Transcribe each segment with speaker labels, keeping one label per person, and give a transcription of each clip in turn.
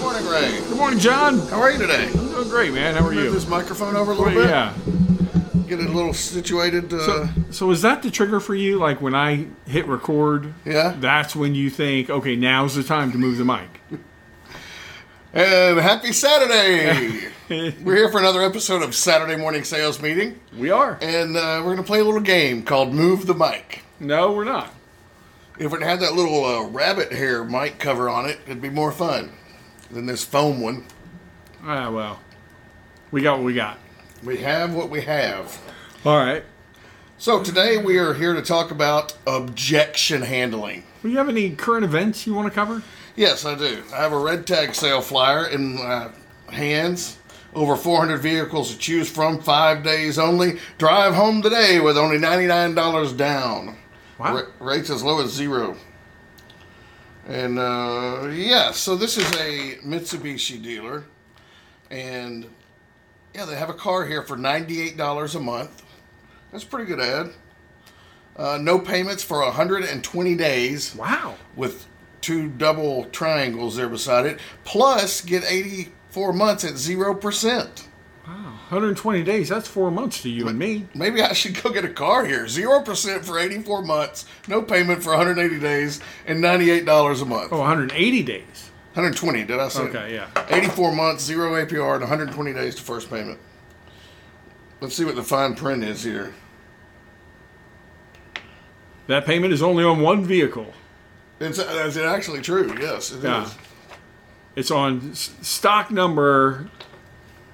Speaker 1: morning.
Speaker 2: Good morning, John.
Speaker 1: How are you today?
Speaker 2: I'm doing great, man. How are
Speaker 1: Move
Speaker 2: you?
Speaker 1: this microphone over a little
Speaker 2: Well,
Speaker 1: bit.
Speaker 2: yeah.
Speaker 1: Get it a little situated. Uh,
Speaker 2: So, so is that the trigger for you? Like when I hit record,
Speaker 1: Yeah.
Speaker 2: that's when you think, okay, now's the time to move the mic.
Speaker 1: And happy Saturday! we're here for another episode of Saturday Morning Sales Meeting,
Speaker 2: We are.
Speaker 1: and uh, we're going to play a little game called Move the Mic.
Speaker 2: No, we're not.
Speaker 1: If it had that little uh, rabbit hair mic cover on it, it'd be more fun than this foam one.
Speaker 2: Ah, well, we got what we got.
Speaker 1: We have what we have.
Speaker 2: All right.
Speaker 1: So today we are here to talk about objection handling.
Speaker 2: Well, you have any current events you want to cover?
Speaker 1: Yes, I do. I have a red tag sale flyer in my hands. Over 400 vehicles to choose from, five days only. Drive home today with only $99 down.
Speaker 2: Wow.
Speaker 1: Ra- rates as low as zero. And uh, yeah, so this is a Mitsubishi dealer. And yeah, they have a car here for $98 a month. That's a pretty good ad. Uh, no payments for 120 days
Speaker 2: Wow.
Speaker 1: with two double triangles there beside it, plus get 84 months at 0%.
Speaker 2: Wow. 120 days. That's four months to you and me.
Speaker 1: Maybe I should go get a car here. 0% for 84 months, no payment for 180 days, and $98 a month.
Speaker 2: Oh, 180 days.
Speaker 1: 120, did I say?
Speaker 2: Okay, yeah.
Speaker 1: 84 months, zero APR, and 120 days to first payment. Let's see what the fine print is here.
Speaker 2: That payment is only on one vehicle.
Speaker 1: It's, uh, is it actually true? Yes, it is.
Speaker 2: Yeah. It's on s- stock number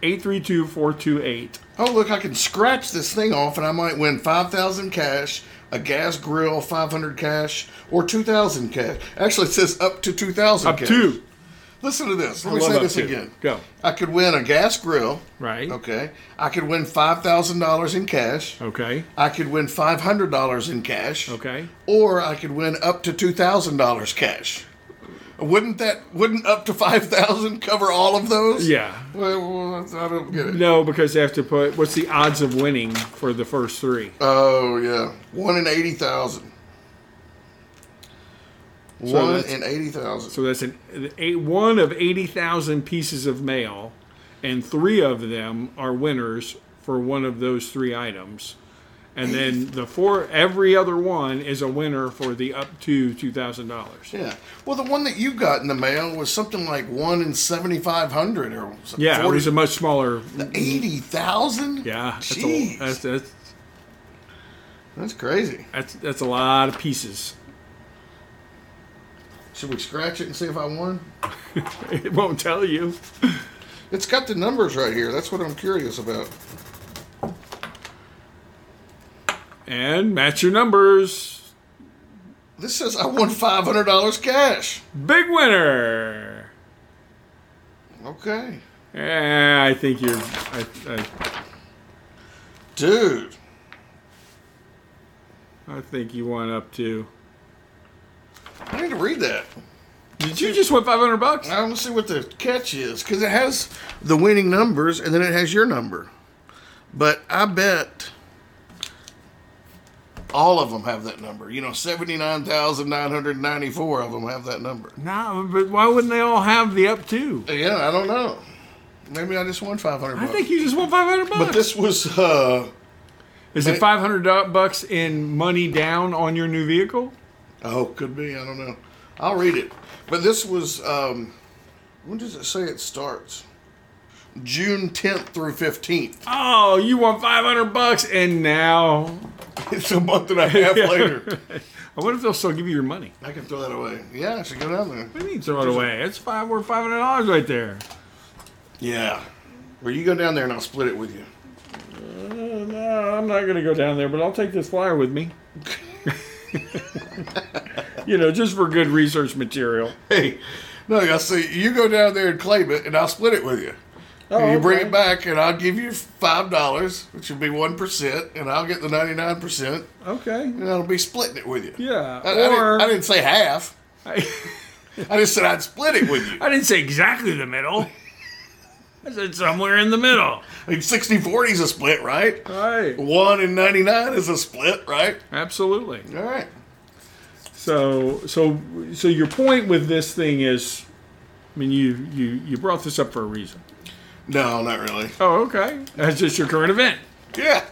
Speaker 2: 832428.
Speaker 1: Oh, look, I can scratch this thing off and I might win 5,000 cash, a gas grill, 500 cash, or 2,000 cash. Actually, it says up to 2,000
Speaker 2: Up
Speaker 1: cash.
Speaker 2: to.
Speaker 1: Listen to this. Let
Speaker 2: I
Speaker 1: me
Speaker 2: love
Speaker 1: say
Speaker 2: up
Speaker 1: this
Speaker 2: to.
Speaker 1: again.
Speaker 2: Go.
Speaker 1: I could win a gas grill.
Speaker 2: Right.
Speaker 1: Okay. I could win $5,000 in cash.
Speaker 2: Okay.
Speaker 1: I could win $500 in cash.
Speaker 2: Okay.
Speaker 1: Or I could win up to $2,000 cash. Wouldn't that, wouldn't up to 5,000 cover all of those?
Speaker 2: Yeah.
Speaker 1: Well, well, I don't get it.
Speaker 2: No, because they have to put what's the odds of winning for the first three?
Speaker 1: Oh yeah, one in eighty thousand. one
Speaker 2: that's-
Speaker 1: in eighty thousand.
Speaker 2: So that's an eight, one of 80,000 pieces of mail, and three of them are winners for one of those three items. And then the four, every other one is a winner for the up to $2,000.
Speaker 1: yeah. Well, the one that you got in the mail was something like one in seventy five hundred or something.
Speaker 2: Yeah, it was a much smaller.
Speaker 1: eighty thousand.
Speaker 2: Yeah, that's, a,
Speaker 1: Jeez.
Speaker 2: that's,
Speaker 1: that's,
Speaker 2: that's,
Speaker 1: crazy.
Speaker 2: that's, that's a lot of pieces.
Speaker 1: Should we scratch it and see if I won?
Speaker 2: It won't tell you.
Speaker 1: It's got the numbers right here. That's what I'm curious about.
Speaker 2: And match your numbers.
Speaker 1: This says I won five hundred dollars cash.
Speaker 2: Big winner.
Speaker 1: Okay,
Speaker 2: Eh, I think you're. I, I,
Speaker 1: dude.
Speaker 2: I think you went up to.
Speaker 1: I need to read that.
Speaker 2: Did you just win 500 bucks?
Speaker 1: I don't see what the catch is because it has the winning numbers and then it has your number. But I bet all of them have that number. You know, 79,994 of them have that number.
Speaker 2: No, but why wouldn't they all have the up to?
Speaker 1: Yeah, I don't know. Maybe I just won 500
Speaker 2: I
Speaker 1: bucks.
Speaker 2: think you just won 500 bucks.
Speaker 1: but this was, uh,
Speaker 2: Is it 500 do- bucks in money down on your new vehicle?
Speaker 1: oh, could be. I don't know. I'll read it. But this was, um, when does it say it starts? June 10th through 15th.
Speaker 2: Oh, you won 500 bucks, and now
Speaker 1: It's a month and a half later.
Speaker 2: I wonder if they'll still give you your money.
Speaker 1: I can throw that away. Yeah, I should go down there.
Speaker 2: What do you mean throw it away? It's five worth 500 dollars right there.
Speaker 1: Yeah. Or you go down there and I'll split it with you.
Speaker 2: Uh, no, I'm not gonna go down there, but I'll take this flyer with me. you know, just for good research material.
Speaker 1: Hey, no, I see you go down there and claim it and I'll split it with you. and you bring it back and I'll give you five dollars, which would be one percent, and I'll get the ninety nine percent
Speaker 2: Okay.
Speaker 1: and I'll be splitting it with you.
Speaker 2: Yeah.
Speaker 1: I, I didn't-
Speaker 2: or
Speaker 1: I didn't say half. I just said I'd split it with you.
Speaker 2: I didn't say exactly the middle. I said somewhere in the middle.
Speaker 1: I mean, 60 40 is a split, right?
Speaker 2: Right.
Speaker 1: One and 99 is a split, right?
Speaker 2: Absolutely.
Speaker 1: All right.
Speaker 2: So so so your point with this thing is I mean, you you you brought this up for a reason.
Speaker 1: No, not really.
Speaker 2: Oh, okay. That's just your current event.
Speaker 1: Yeah.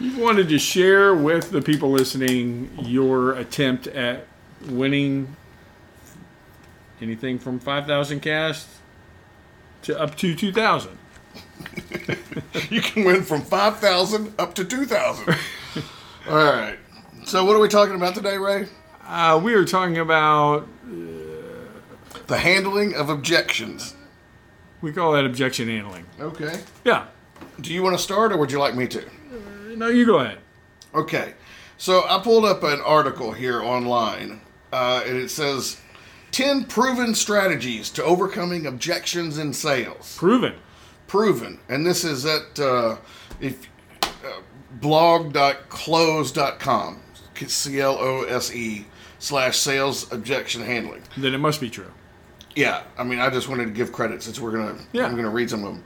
Speaker 2: You wanted to share with the people listening your attempt at winning anything from 5,000 cast to up to 2,000.
Speaker 1: You can win from 5,000 up to 2,000. All right. So, what are we talking about today, Ray?
Speaker 2: Uh, we were talking about,
Speaker 1: The handling of objections.
Speaker 2: we call that objection handling.
Speaker 1: Okay.
Speaker 2: Yeah.
Speaker 1: Do you want to start or would you like me to?
Speaker 2: No, you go ahead.
Speaker 1: Okay. So I pulled up an article here online, uh, and it says 10 proven strategies to overcoming objections in sales.
Speaker 2: Proven.
Speaker 1: Proven. And this is at uh, if, uh, blog.close.com, C L O S E, slash sales objection handling.
Speaker 2: Then it must be true.
Speaker 1: Yeah, I mean, I just wanted to give credit since we're gonna.
Speaker 2: Yeah.
Speaker 1: I'm gonna read some of them.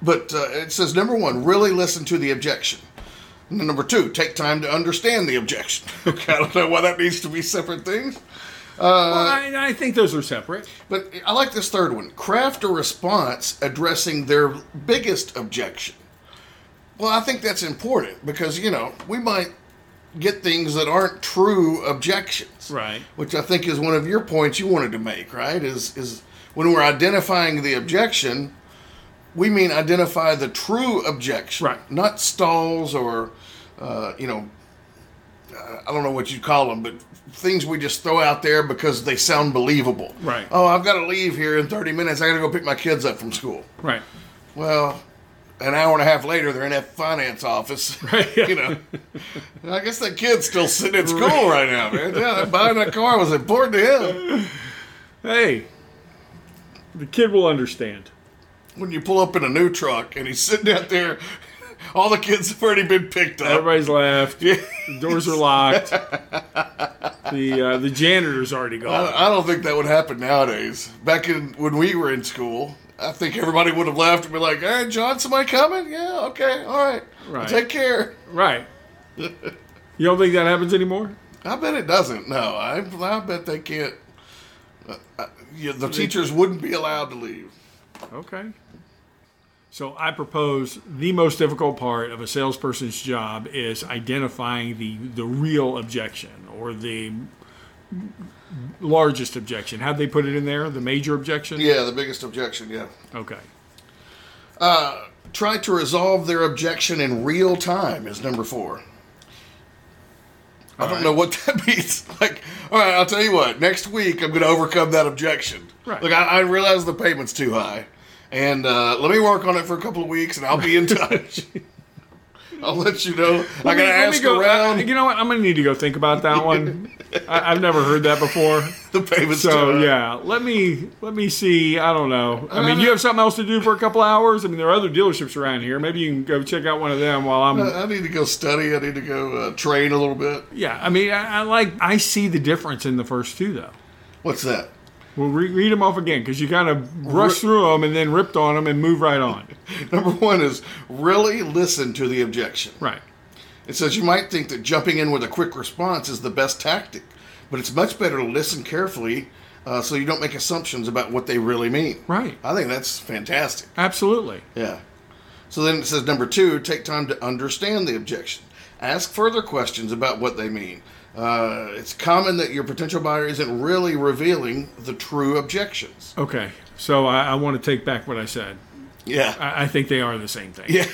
Speaker 1: But uh, it says number one, really listen to the objection. And then number two, take time to understand the objection. okay, I don't know why that needs to be separate things.
Speaker 2: well, I, I think those are separate.
Speaker 1: But I like this third one. Craft a response addressing their biggest objection. Well, I think that's important because you know we might get things that aren't true objections.
Speaker 2: Right.
Speaker 1: Which I think is one of your points you wanted to make, right? Is is when we're identifying the objection, we mean identify the true objection,
Speaker 2: Right.
Speaker 1: Not stalls or, uh, you know, uh, I don't know what you call them, but things we just throw out there because they sound believable,
Speaker 2: Right.
Speaker 1: Oh, I've got to leave here in thirty minutes. I got to go pick my kids up from school.
Speaker 2: Right.
Speaker 1: Well, an hour and a half later, they're in that finance office.
Speaker 2: Right, yeah.
Speaker 1: you know, I guess that kid's still sitting at school right, now, man. Yeah, that buying that car was important to him.
Speaker 2: Hey, the kid will understand.
Speaker 1: When you pull up in a new truck and he's sitting out there, all the kids have already been picked up.
Speaker 2: Everybody's left.
Speaker 1: Yeah.
Speaker 2: The doors are locked. the uh, the janitor's already gone.
Speaker 1: I, I don't think that would happen nowadays. Back in when we were in school, I think everybody would have laughed and be like, "All right, John, somebody coming? Yeah, okay, all right,
Speaker 2: Right.
Speaker 1: take care."
Speaker 2: Right. You don't think that happens anymore?
Speaker 1: I bet it doesn't. No, I, I bet they can't. Uh, uh, yeah, the teachers wouldn't be allowed to leave.
Speaker 2: Okay. So I propose the most difficult part of a salesperson's job is identifying the the real objection or the largest objection. How'd they put it in there? The major objection?
Speaker 1: Yeah, the biggest objection. Yeah,
Speaker 2: Okay.
Speaker 1: try to resolve their objection in real time is number four. I don't know what that means. Like, all right, I'll tell you what. Next week, I'm going to overcome that objection.
Speaker 2: Right.
Speaker 1: Look, I, I realize the payment's too high, and uh, let me work on it for a couple of weeks, and I'll be in touch. I'll let you know. I got to
Speaker 2: Let me
Speaker 1: ask
Speaker 2: go- uh,
Speaker 1: around.
Speaker 2: You know what? I'm gonna need to go think about that one. I, I've never heard that before.
Speaker 1: the payment's too
Speaker 2: So
Speaker 1: high.
Speaker 2: yeah, let me let me see. I don't know. I mean, you have something else to do for a couple hours. I mean, there are other dealerships around here. Maybe you can go check out one of them while I'm.
Speaker 1: I need to go study. I need to go uh, train a little bit.
Speaker 2: Yeah, I mean, I, I like I see the difference in the first two though.
Speaker 1: What's that?
Speaker 2: We'll re- read them off again because you kind of rush through them and then ripped on them and move right on.
Speaker 1: Number one is really listen to the objection.
Speaker 2: Right.
Speaker 1: It says you might think that jumping in with a quick response is the best tactic, but it's much better to listen carefully uh, so you don't make assumptions about what they really mean.
Speaker 2: Right.
Speaker 1: I think that's fantastic.
Speaker 2: Absolutely.
Speaker 1: Yeah. So then it says number two, take time to understand the objection. Ask further questions about what they mean. Uh, it's common that your potential buyer isn't really revealing the true objections.
Speaker 2: Okay. So I, I want to take back what I said.
Speaker 1: Yeah.
Speaker 2: I, I think they are the same thing.
Speaker 1: Yeah.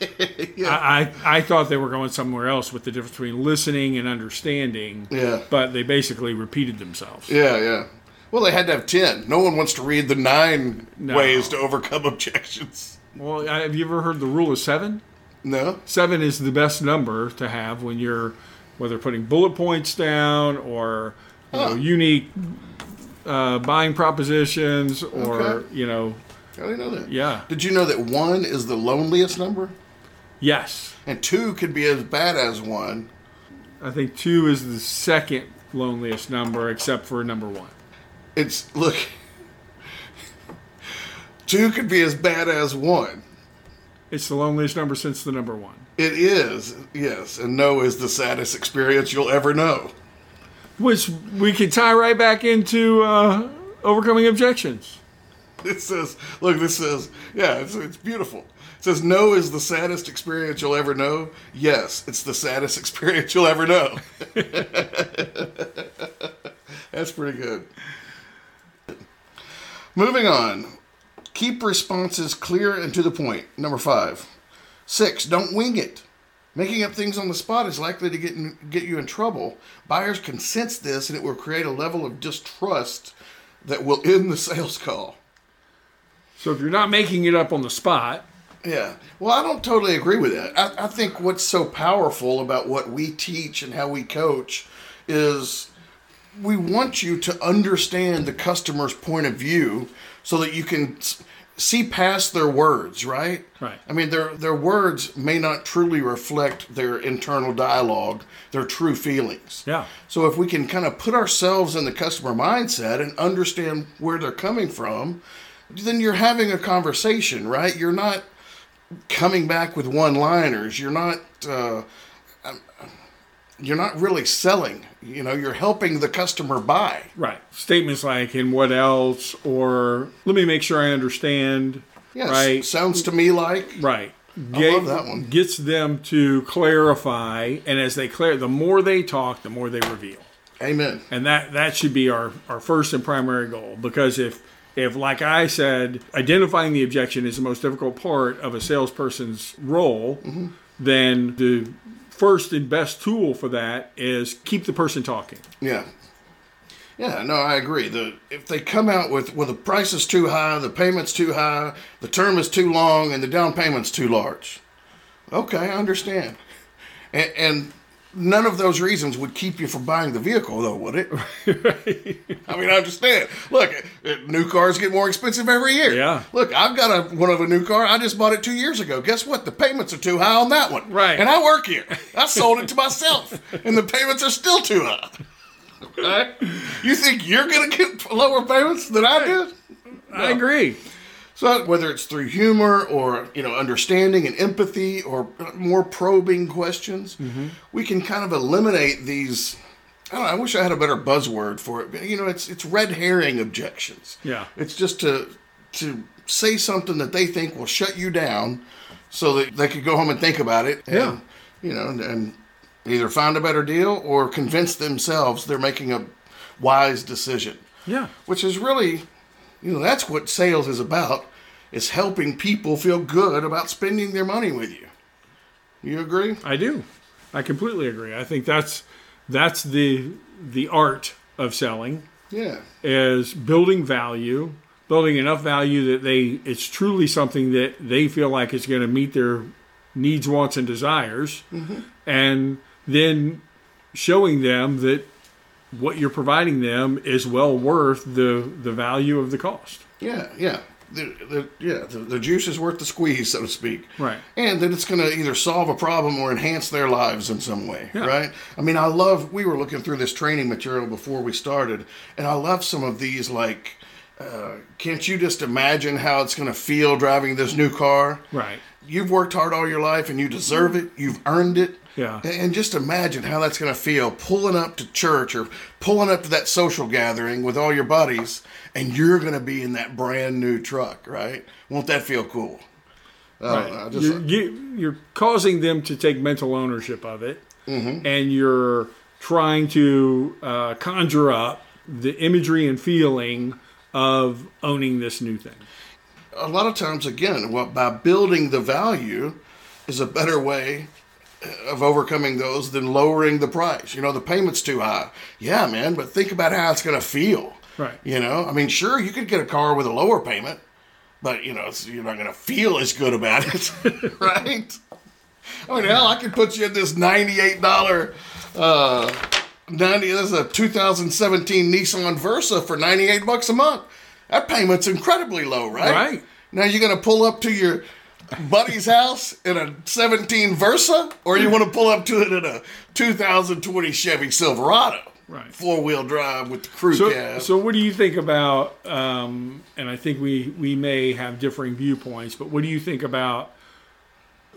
Speaker 2: I, I I thought they were going somewhere else with the difference between listening and understanding.
Speaker 1: Yeah.
Speaker 2: But they basically repeated themselves.
Speaker 1: Yeah, yeah. Well, they had to have 10. No one wants to read the nine
Speaker 2: No.
Speaker 1: ways to overcome objections.
Speaker 2: Well, I- have you ever heard the rule of seven?
Speaker 1: No?
Speaker 2: Seven is the best number to have when you're whether putting bullet points down or you know,
Speaker 1: Huh.
Speaker 2: unique uh, buying propositions or
Speaker 1: Okay.
Speaker 2: you know
Speaker 1: I didn't know that.
Speaker 2: Yeah.
Speaker 1: Did you know that one is the loneliest number?
Speaker 2: yes.
Speaker 1: And two could be as bad as one.
Speaker 2: I think two is the second loneliest number except for number one.
Speaker 1: It's, look, two could be as bad as one.
Speaker 2: It's the loneliest number since the number one.
Speaker 1: It is, yes. And no is the saddest experience you'll ever know.
Speaker 2: Which we could tie right back into uh, Overcoming objections.
Speaker 1: It says, look, this says, yeah, it's, it's beautiful. It says, no is the saddest experience you'll ever know. Yes, it's the saddest experience you'll ever know. That's pretty good. Moving on. Keep responses clear and to the point. Number five. Six, don't wing it. Making up things on the spot is likely to get, in, get you in trouble. Buyers can sense this and it will create a level of distrust that will end the sales call.
Speaker 2: So if you're not making it up on the spot,
Speaker 1: Yeah. Well, I don't totally agree with that. I, I think what's so powerful about what we teach and how we coach is we want you to understand the customer's point of view so that you can s- see past their words, right?
Speaker 2: Right.
Speaker 1: I mean, their their words may not truly reflect their internal dialogue, their true feelings.
Speaker 2: Yeah.
Speaker 1: So if we can kind of put ourselves in the customer mindset and understand where they're coming from, then you're having a conversation, right? You're not coming back with one-liners. You're not uh, um, you're not really selling. You know, you're helping the customer buy.
Speaker 2: right. Statements like "and what else" or "let me make sure I understand."
Speaker 1: Yes,
Speaker 2: Right.
Speaker 1: sounds to me like
Speaker 2: Right.
Speaker 1: love that one.
Speaker 2: Gets them to clarify, and as they clear, the more they talk, the more they reveal.
Speaker 1: amen.
Speaker 2: and that that should be our our first and primary goal because if if like i said identifying the objection is the most difficult part of a salesperson's role
Speaker 1: Mm-hmm.
Speaker 2: then the first and best tool for that is keep the person talking
Speaker 1: Yeah. Yeah, no, I agree. The if they come out with well the price is too high, the payment's too high, the term is too long, and the down payment's too large. Okay, I understand. And, and none of those reasons would keep you from buying the vehicle, though, would it? I mean, I understand. Look, it- it- new cars get more expensive every year.
Speaker 2: Yeah.
Speaker 1: Look, I've got a one of a new car. I just bought it two years ago. Guess what? The payments are too high on that one.
Speaker 2: Right.
Speaker 1: And I work here. I sold it to myself, and the payments are still too high. Right? You think you're going to get lower payments than I did?
Speaker 2: i agree
Speaker 1: So whether it's through humor or you know understanding and empathy or more probing questions,
Speaker 2: Mm-hmm.
Speaker 1: we can kind of eliminate these. I don't know. I wish I had a better buzzword for it. But, you know, it's it's red herring objections.
Speaker 2: Yeah.
Speaker 1: it's just to to say something that they think will shut you down, so that they could go home and think about it. And,
Speaker 2: Yeah.
Speaker 1: you know, and, and either find a better deal or convince themselves they're making a wise decision
Speaker 2: yeah
Speaker 1: which is really, you know, that's what sales is about, is helping people feel good about spending their money with you. You agree?
Speaker 2: i do i completely agree i think that's that's the the art of selling
Speaker 1: Yeah.
Speaker 2: is building value, building enough value that they it's truly something that they feel like is going to meet their needs, wants, and desires, and then showing them that what you're providing them is well worth the the value of the cost.
Speaker 1: Yeah, yeah. The, the, yeah, the, the juice is worth the squeeze, so to speak.
Speaker 2: Right.
Speaker 1: And that it's going to either solve a problem or enhance their lives in some way, right? I mean, I love, we were looking through this training material before we started, and I love some of these, like, uh, can't you just imagine how it's going to feel driving this new car?
Speaker 2: Right.
Speaker 1: You've worked hard all your life and you deserve it. You've earned it.
Speaker 2: Yeah.
Speaker 1: And just imagine how that's going to feel pulling up to church or pulling up to that social gathering with all your buddies and you're going to be in that brand new truck, right? Won't that feel cool? Oh,
Speaker 2: Right.
Speaker 1: I just-
Speaker 2: you're, you, you're causing them to take mental ownership of it,
Speaker 1: Mm-hmm.
Speaker 2: and you're trying to uh, conjure up the imagery and feeling of owning this new thing.
Speaker 1: A lot of times, again, what by building the value is a better way of overcoming those than lowering the price. You know, the payment's too high. Yeah, man, but think about how it's going to feel.
Speaker 2: Right.
Speaker 1: You know, I mean, sure, you could get a car with a lower payment, but you know, it's, you're not going to feel as good about it, right? I mean, hell, Oh, I could put you in this ninety-eight dollar, uh, ninety. This is a 2017 Nissan Versa for ninety-eight bucks a month. That payment's incredibly low, right?
Speaker 2: Right.
Speaker 1: Now you're going to pull up to your buddy's house in a 17 Versa, or you want to pull up to it in a 2020 Chevy Silverado,
Speaker 2: Right.
Speaker 1: Four-wheel drive with the crew
Speaker 2: So,
Speaker 1: cab.
Speaker 2: so what do you think about? Um, and I think we we may have differing viewpoints, but what do you think about?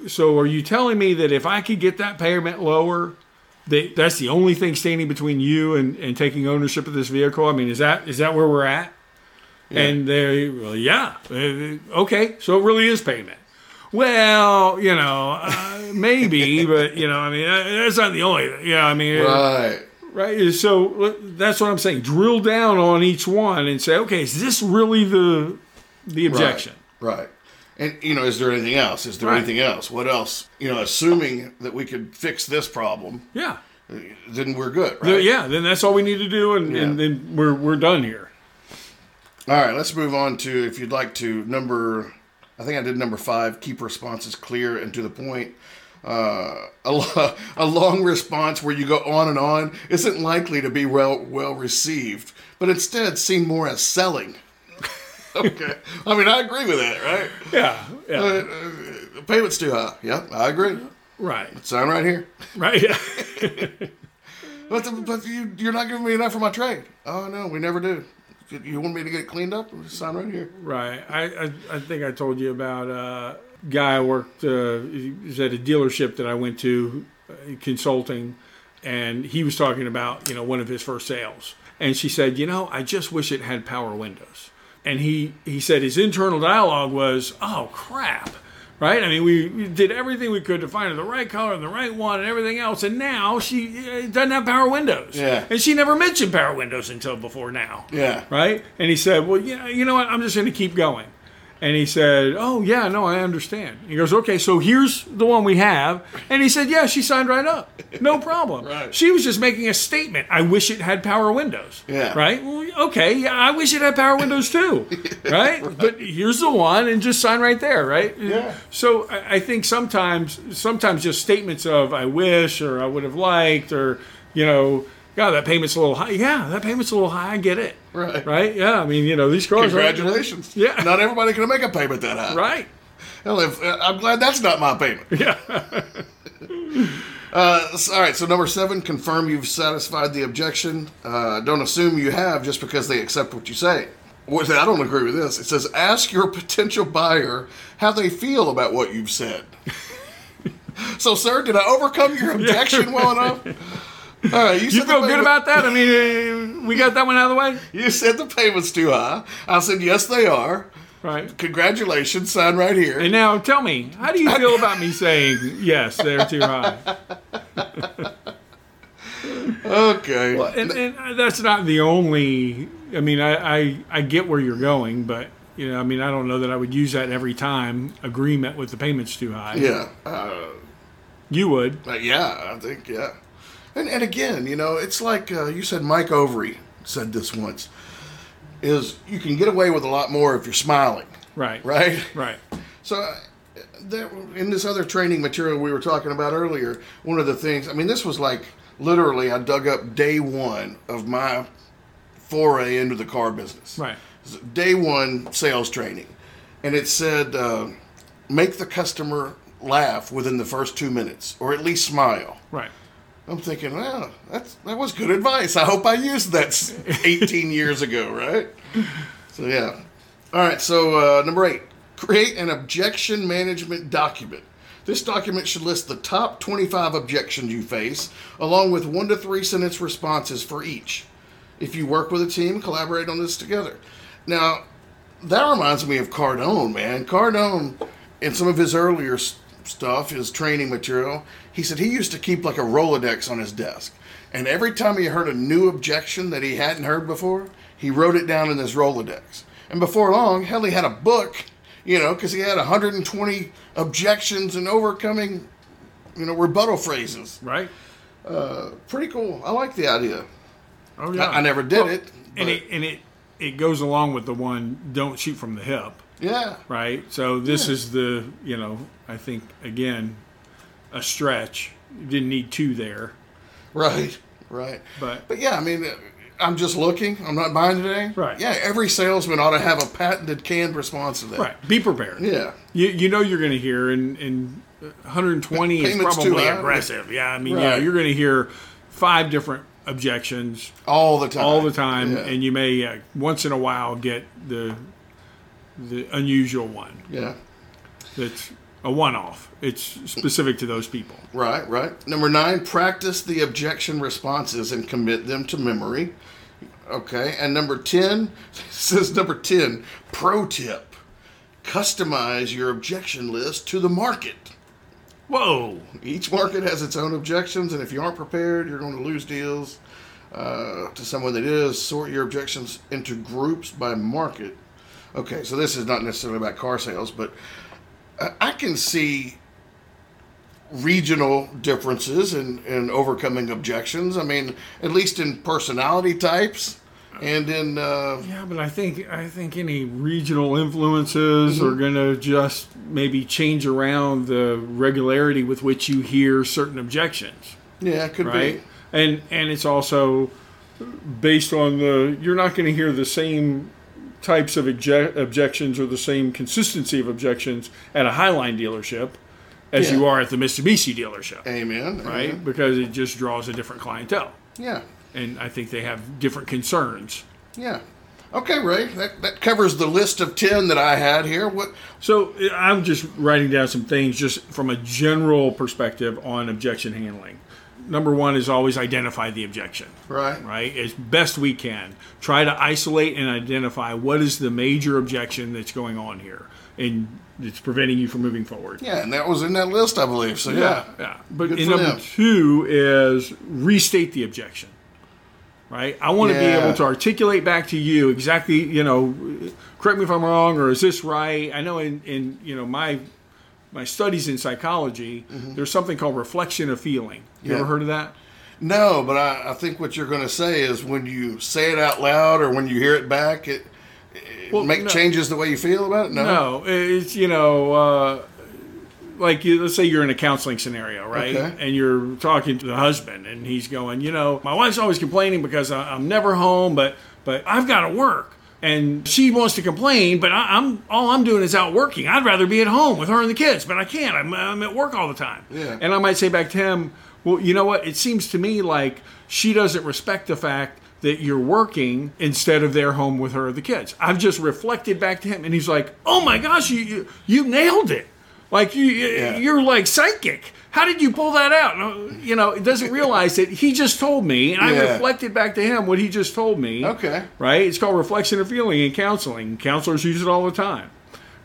Speaker 2: So, are you telling me that if I could get that payment lower, that that's the only thing standing between you and, and taking ownership of this vehicle? I mean, is that is that where we're at? And they, well, yeah, Uh, okay, so it really is payment. Well, you know, uh, maybe, but you know, I mean, uh, that's not the only. Yeah, I mean,
Speaker 1: Right.
Speaker 2: right. So uh, that's what I'm saying. Drill down on each one and say, okay, is this really the the objection?
Speaker 1: Right. right. And you know, is there anything else? Is there
Speaker 2: Right.
Speaker 1: anything else? What else? You know, assuming that we could fix this problem,
Speaker 2: Yeah.
Speaker 1: then we're good, right?
Speaker 2: Uh, Yeah, then that's all we need to do, and, and
Speaker 1: Yeah.
Speaker 2: then we're we're done here.
Speaker 1: All right, let's move on to if you'd like to number. I think I did number five. Keep responses clear and to the point. Uh, a, lo- a long response where you go on and on isn't likely to be well well received, but instead seen more as selling. okay, I mean I agree with that, right?
Speaker 2: Yeah, yeah,
Speaker 1: Uh, The payment's too high. Yeah, I agree.
Speaker 2: right,
Speaker 1: Sign right here.
Speaker 2: right. Yeah.
Speaker 1: But, the, but you, you're not giving me enough for my trade. Oh no, we never do. You- You want me to get it cleaned up? Sign right here.
Speaker 2: Right. I, I, I think I told you about a guy I worked, uh, he was at a dealership that I went to uh, consulting, and he was talking about, you know, one of his first sales. And she said, you know, I just wish it had power windows. And he, he said his internal dialogue was, oh, crap. Right? I mean, we we did everything we could to find her the right color and the right one and everything else. And now she uh, doesn't have power windows.
Speaker 1: Yeah.
Speaker 2: And she never mentioned power windows until before now
Speaker 1: Yeah.
Speaker 2: right? And he said, well, yeah, you know what? I'm just going to keep going. And he said, oh, yeah, no, I understand. He goes, okay, so here's the one we have. And he said, yeah, she signed right up. No problem.
Speaker 1: Right.
Speaker 2: She was just making a statement. I wish it had power windows.
Speaker 1: Yeah.
Speaker 2: Right? Well, okay, yeah, I wish it had power windows too. right? But here's the one and just sign right there, right?
Speaker 1: Yeah.
Speaker 2: So I, I think sometimes, sometimes just statements of I wish or I would have liked or, you know, God, that payment's a little high. Yeah, that payment's a little high. I get it.
Speaker 1: Right.
Speaker 2: Right? Yeah. I mean, you know, these cars. are-
Speaker 1: Congratulations.
Speaker 2: Yeah.
Speaker 1: Not everybody can make a payment that high.
Speaker 2: Right.
Speaker 1: Hell, if, uh, I'm glad that's not my payment.
Speaker 2: Yeah.
Speaker 1: Uh, s- all right, so number seven, confirm you've satisfied the objection. Uh, don't assume you have just because they accept what you say. What, I don't agree with this. It says ask your potential buyer how they feel about what you've said. so, sir, did I overcome your objection well enough? All right, you,
Speaker 2: You
Speaker 1: said the
Speaker 2: feel good
Speaker 1: payment-
Speaker 2: about that? I mean, uh, we got that one out of the way?
Speaker 1: You said the payment's too high. I said yes, they are.
Speaker 2: Right.
Speaker 1: Congratulations, sign right here.
Speaker 2: And now tell me, how do you feel about me saying, yes, they're too high?
Speaker 1: Okay.
Speaker 2: and, and that's not the only. I mean, I, I I get where you're going, but you know, I mean, I don't know that I would use that every time. Agreement with the payments too high.
Speaker 1: yeah. Uh,
Speaker 2: you would.
Speaker 1: Uh, yeah, I think yeah. And and again, you know, it's like uh, you said. Mike Overy said this once: is you can get away with a lot more if you're smiling,
Speaker 2: Right.
Speaker 1: right?
Speaker 2: Right.
Speaker 1: So. Uh, that, in this other training material we were talking about earlier, one of the things, I mean, this was like literally, I dug up day one of my foray into the car business
Speaker 2: Right.
Speaker 1: day one sales training, and it said uh, make the customer laugh within the first two minutes, or at least smile.
Speaker 2: Right.
Speaker 1: I'm thinking, wow, that's that was good advice. I hope I used that s- 18 years ago, right? So yeah. All right. So uh, number eight, create an objection management document. This document should list the top 25 objections you face, along with one to three sentence responses for each. If you work with a team, collaborate on this together. Now, that reminds me of Cardone, man. Cardone, in some of his earlier s- stuff, his training material, he said he used to keep like a Rolodex on his desk. And every time he heard a new objection that he hadn't heard before, he wrote it down in this Rolodex. And before long, hell, he had a book, you know, because he had 120 objections and overcoming, you know, rebuttal phrases.
Speaker 2: Right.
Speaker 1: Pretty cool. I like the idea.
Speaker 2: Oh yeah.
Speaker 1: I never did it, but-
Speaker 2: And it and it it goes along with the one don't shoot from the hip.
Speaker 1: Yeah.
Speaker 2: Right. So this is the you know I think again a stretch. You didn't need two there,
Speaker 1: Right, right.
Speaker 2: But-
Speaker 1: but yeah, I mean, I'm just looking. I'm not buying today.
Speaker 2: Right.
Speaker 1: Yeah, every salesman ought to have a patented canned response to that.
Speaker 2: right? Be prepared.
Speaker 1: Yeah.
Speaker 2: You, you know you're going to hear, and, and 120 is
Speaker 1: Payment's too
Speaker 2: probably
Speaker 1: high.
Speaker 2: aggressive. Yeah, I mean, yeah,
Speaker 1: Right.
Speaker 2: you're going to hear five different objections
Speaker 1: All the time.
Speaker 2: all the time,
Speaker 1: Yeah.
Speaker 2: and you may uh, once in a while get the the unusual one
Speaker 1: yeah.
Speaker 2: that's a one-off. It's specific to those people.
Speaker 1: Right, right. Number nine, practice the objection responses and commit them to memory. Okay, and number 10 says number 10 pro tip customize your objection list to the market.
Speaker 2: Whoa.
Speaker 1: Each market has its own objections, and if you aren't prepared, you're going to lose deals uh, to someone that is. Sort your objections into groups by market. Okay, so this is not necessarily about car sales, but I, I can see regional differences and and overcoming objections. I mean, at least in personality types and in uh,
Speaker 2: Yeah, but I think I think any regional influences are going to just maybe change around the regularity with which you hear certain objections,
Speaker 1: yeah, it could
Speaker 2: right? And and it's also based on the you're not going to hear the same types of obje- objections or the same consistency of objections at a Highline dealership as
Speaker 1: Yeah.
Speaker 2: you are at the Mitsubishi dealership,
Speaker 1: be. Amen.
Speaker 2: right?
Speaker 1: amen.
Speaker 2: Because it just draws a different clientele,
Speaker 1: Yeah.
Speaker 2: and I think they have different concerns.
Speaker 1: Yeah. Okay, Ray. That that covers the list of ten that I had here. What?
Speaker 2: So I- I'm just writing down some things just from a general perspective on objection handling. Number one is always identify the objection,
Speaker 1: Right.
Speaker 2: right? As best we can. Try to isolate and identify what is the major objection that's going on here and it's preventing you from moving forward.
Speaker 1: Yeah, and that was in that list, I believe. So yeah.
Speaker 2: yeah. But
Speaker 1: Good
Speaker 2: and
Speaker 1: for
Speaker 2: number
Speaker 1: them.
Speaker 2: two is restate the objection. Right? I want to be
Speaker 1: Yeah.
Speaker 2: able to articulate back to you exactly, you know, correct me if I'm wrong or is this right? I know in, in you know, my my studies in psychology, there's something called reflection of feeling. You
Speaker 1: Mm-hmm. Yeah.
Speaker 2: ever heard of that?
Speaker 1: No, but I, I think what you're going to say is when you say it out loud or when you hear it back, it, it
Speaker 2: Well,
Speaker 1: make
Speaker 2: no.
Speaker 1: changes the way you feel about it. No.
Speaker 2: No, it's you know, uh, like you, let's say you're in a counseling scenario, right?
Speaker 1: Okay.
Speaker 2: And you're talking to the husband, and he's going, you know, my wife's always complaining because I, I'm never home, but but I've got to work, and she wants to complain, but I, I'm all I'm doing is out working. I'd rather be at home with her and the kids, but I can't. I'm, I'm at work all the time.
Speaker 1: Yeah.
Speaker 2: And I might say back to him, well, you know what? It seems to me like she doesn't respect the fact that you're working instead of there home with her or the kids. I've just reflected back to him, and he's like, oh my gosh, you you, you nailed it. Like you, you-
Speaker 1: Yeah.
Speaker 2: you're like psychic. How did you pull that out? No, You know, it doesn't realize that he just told me, and I
Speaker 1: Yeah.
Speaker 2: reflected back to him what he just told me.
Speaker 1: Okay.
Speaker 2: Right? It's called reflection of feeling in counseling. Counselors use it all the time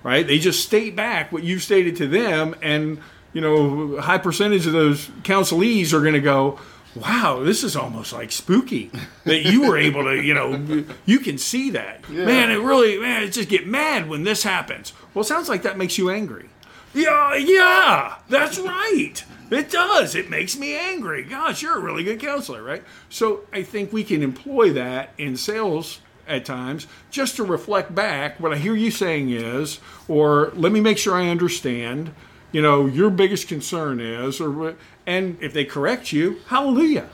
Speaker 2: right? They just state back what you've stated to them, and you know, a high percentage of those counselees are going to go, "Wow, this is almost like spooky that you were able to, you know, you can see that, man. It really, man, I just get mad when this happens. Well, it sounds like that makes you angry. Yeah, yeah, that's right. It does. It makes me angry. Gosh, you're a really good counselor, right? So I think we can employ that in sales at times just to reflect back what I hear you saying is, or let me make sure I understand, you know, your biggest concern is, or what- and if they correct you, hallelujah.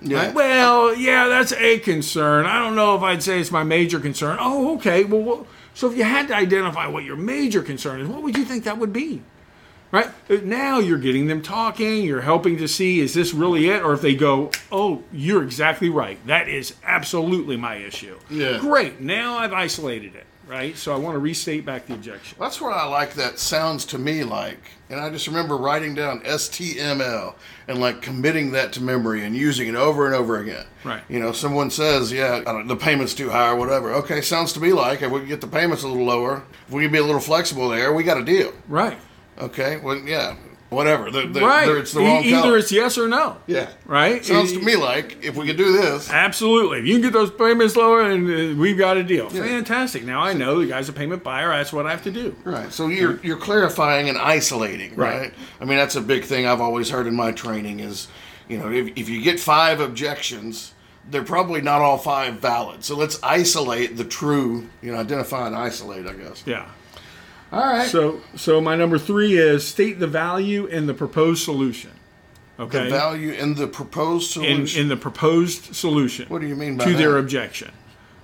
Speaker 1: Yeah.
Speaker 2: Right? Well, yeah, that's a concern. I don't know if I'd say it's my major concern. Oh, okay. Well, what, so if you had to identify what your major concern is, what would you think that would be? Right? Uh, Now you're getting them talking, you're helping to see is this really it? Or if they go, oh, you're exactly right. That is absolutely my issue.
Speaker 1: Yeah.
Speaker 2: Great. Now I've isolated it, right? So I want to restate back the objection.
Speaker 1: That's what I like that sounds to me like. And I just remember writing down STML and like committing that to memory and using it over and over again.
Speaker 2: Right.
Speaker 1: You know, someone says, yeah, I don't, the payment's too high or whatever. Okay, sounds to me like if we can get the payments a little lower, if we can be a little flexible there, we got a deal.
Speaker 2: Right.
Speaker 1: Okay, well, yeah, whatever. The, the,
Speaker 2: right.
Speaker 1: there- It's the
Speaker 2: E-
Speaker 1: wrong
Speaker 2: Either
Speaker 1: color.
Speaker 2: it's yes or no.
Speaker 1: yeah.
Speaker 2: Right?
Speaker 1: Sounds
Speaker 2: E-
Speaker 1: to me like if we could do this,
Speaker 2: Absolutely. If you can get those payments lower, and uh, we've got a deal. Fantastic. Now I know the guy's a payment buyer. That's what I have to do.
Speaker 1: Right. So you're you're clarifying and isolating, right?
Speaker 2: Right.
Speaker 1: I mean, that's a big thing I've always heard in my training is, you know, if, if you get five objections, they're probably not all five valid. So let's isolate the true, you know, identify and isolate, I guess.
Speaker 2: Yeah.
Speaker 1: All right.
Speaker 2: So, so my number three is state the value in the proposed solution. Okay.
Speaker 1: the value in the proposed
Speaker 2: in,
Speaker 1: solution.
Speaker 2: in the proposed solution.
Speaker 1: What do you mean by
Speaker 2: to their
Speaker 1: that?
Speaker 2: objection?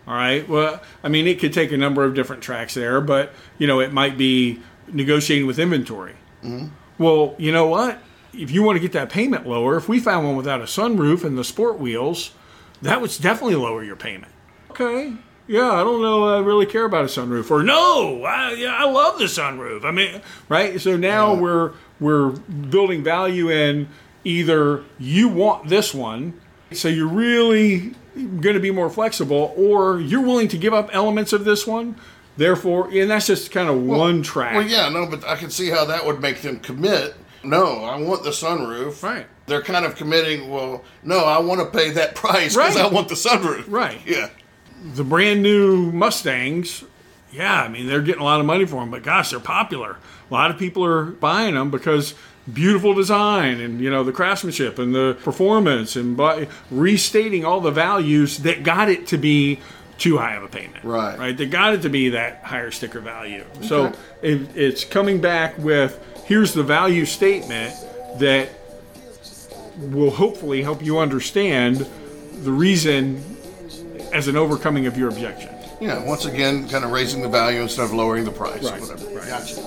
Speaker 2: All right. Well, I mean, it could take a number of different tracks there, but you know, it might be negotiating with inventory.
Speaker 1: Mm-hmm.
Speaker 2: Well, you know what? If you want to get that payment lower, if we found one without a sunroof and the sport wheels, that would definitely lower your payment. Okay. Yeah, I don't know. I really care about a sunroof. Or no, I, yeah, I love the sunroof. I mean, right? So now we're we're building value in either you want this one, so you're really going to be more flexible, or you're willing to give up elements of this one. Therefore, and that's just kind of one track.
Speaker 1: Well, yeah, no, but I can see how that would make them commit. No, I want the sunroof.
Speaker 2: Right.
Speaker 1: They're kind of committing. Well, no, I want to pay that price because
Speaker 2: Right.
Speaker 1: I want the sunroof.
Speaker 2: Right.
Speaker 1: Yeah.
Speaker 2: the brand new Mustangs, yeah, I mean they're getting a lot of money for them, but gosh, they're popular. A lot of people are buying them because beautiful design and you know the craftsmanship and the performance and by restating all the values that got it to be too high of a payment.
Speaker 1: Right.
Speaker 2: Right. They got it to be that higher sticker value. So it, it's coming back with here's the value statement that will hopefully help you understand the reason as an overcoming of your objection.
Speaker 1: Yeah. Once again, kind of raising the value instead of lowering the price.
Speaker 2: Right,
Speaker 1: Whatever.
Speaker 2: right.
Speaker 1: Gotcha.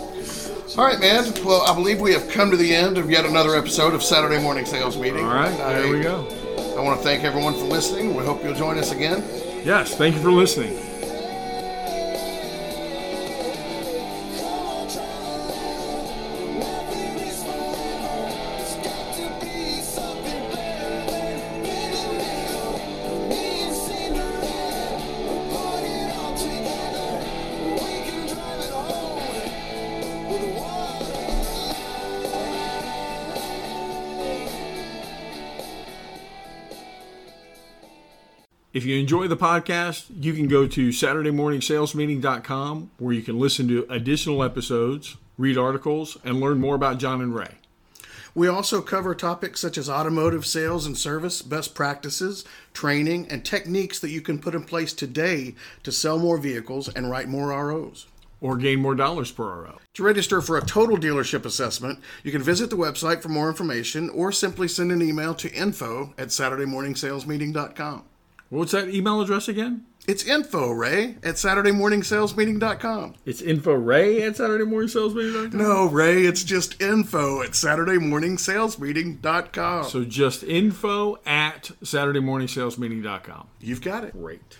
Speaker 1: All right, man. Well, I believe we have come to the end of yet another episode of Saturday Morning Sales Meeting.
Speaker 2: All right,
Speaker 1: I,
Speaker 2: there we go.
Speaker 1: I want to thank everyone for listening. We hope you'll join us again.
Speaker 2: Yes, thank you for listening.
Speaker 3: Water.
Speaker 2: If you enjoy the podcast, you can go to SaturdayMorningSalesMeeting.com where you can listen to additional episodes, read articles, and learn more about John and Ray.
Speaker 1: We also cover topics such as automotive sales and service, best practices, training, and techniques that you can put in place today to sell more vehicles and write more ROs.
Speaker 2: Or gain more dollars per RO.
Speaker 1: To register for a total dealership assessment, you can visit the website for more information or simply send an email to info at SaturdayMorningSalesMeeting.com.
Speaker 2: What's that email address again?
Speaker 1: It's info, Ray, at SaturdayMorningSalesMeeting.com.
Speaker 2: It's info ray at SaturdayMorningSalesMeeting.com.
Speaker 1: No, Ray, it's just info at SaturdayMorningSalesMeeting.com.
Speaker 2: So just info at SaturdayMorningSalesMeeting.com.
Speaker 1: You've got it.
Speaker 2: Great.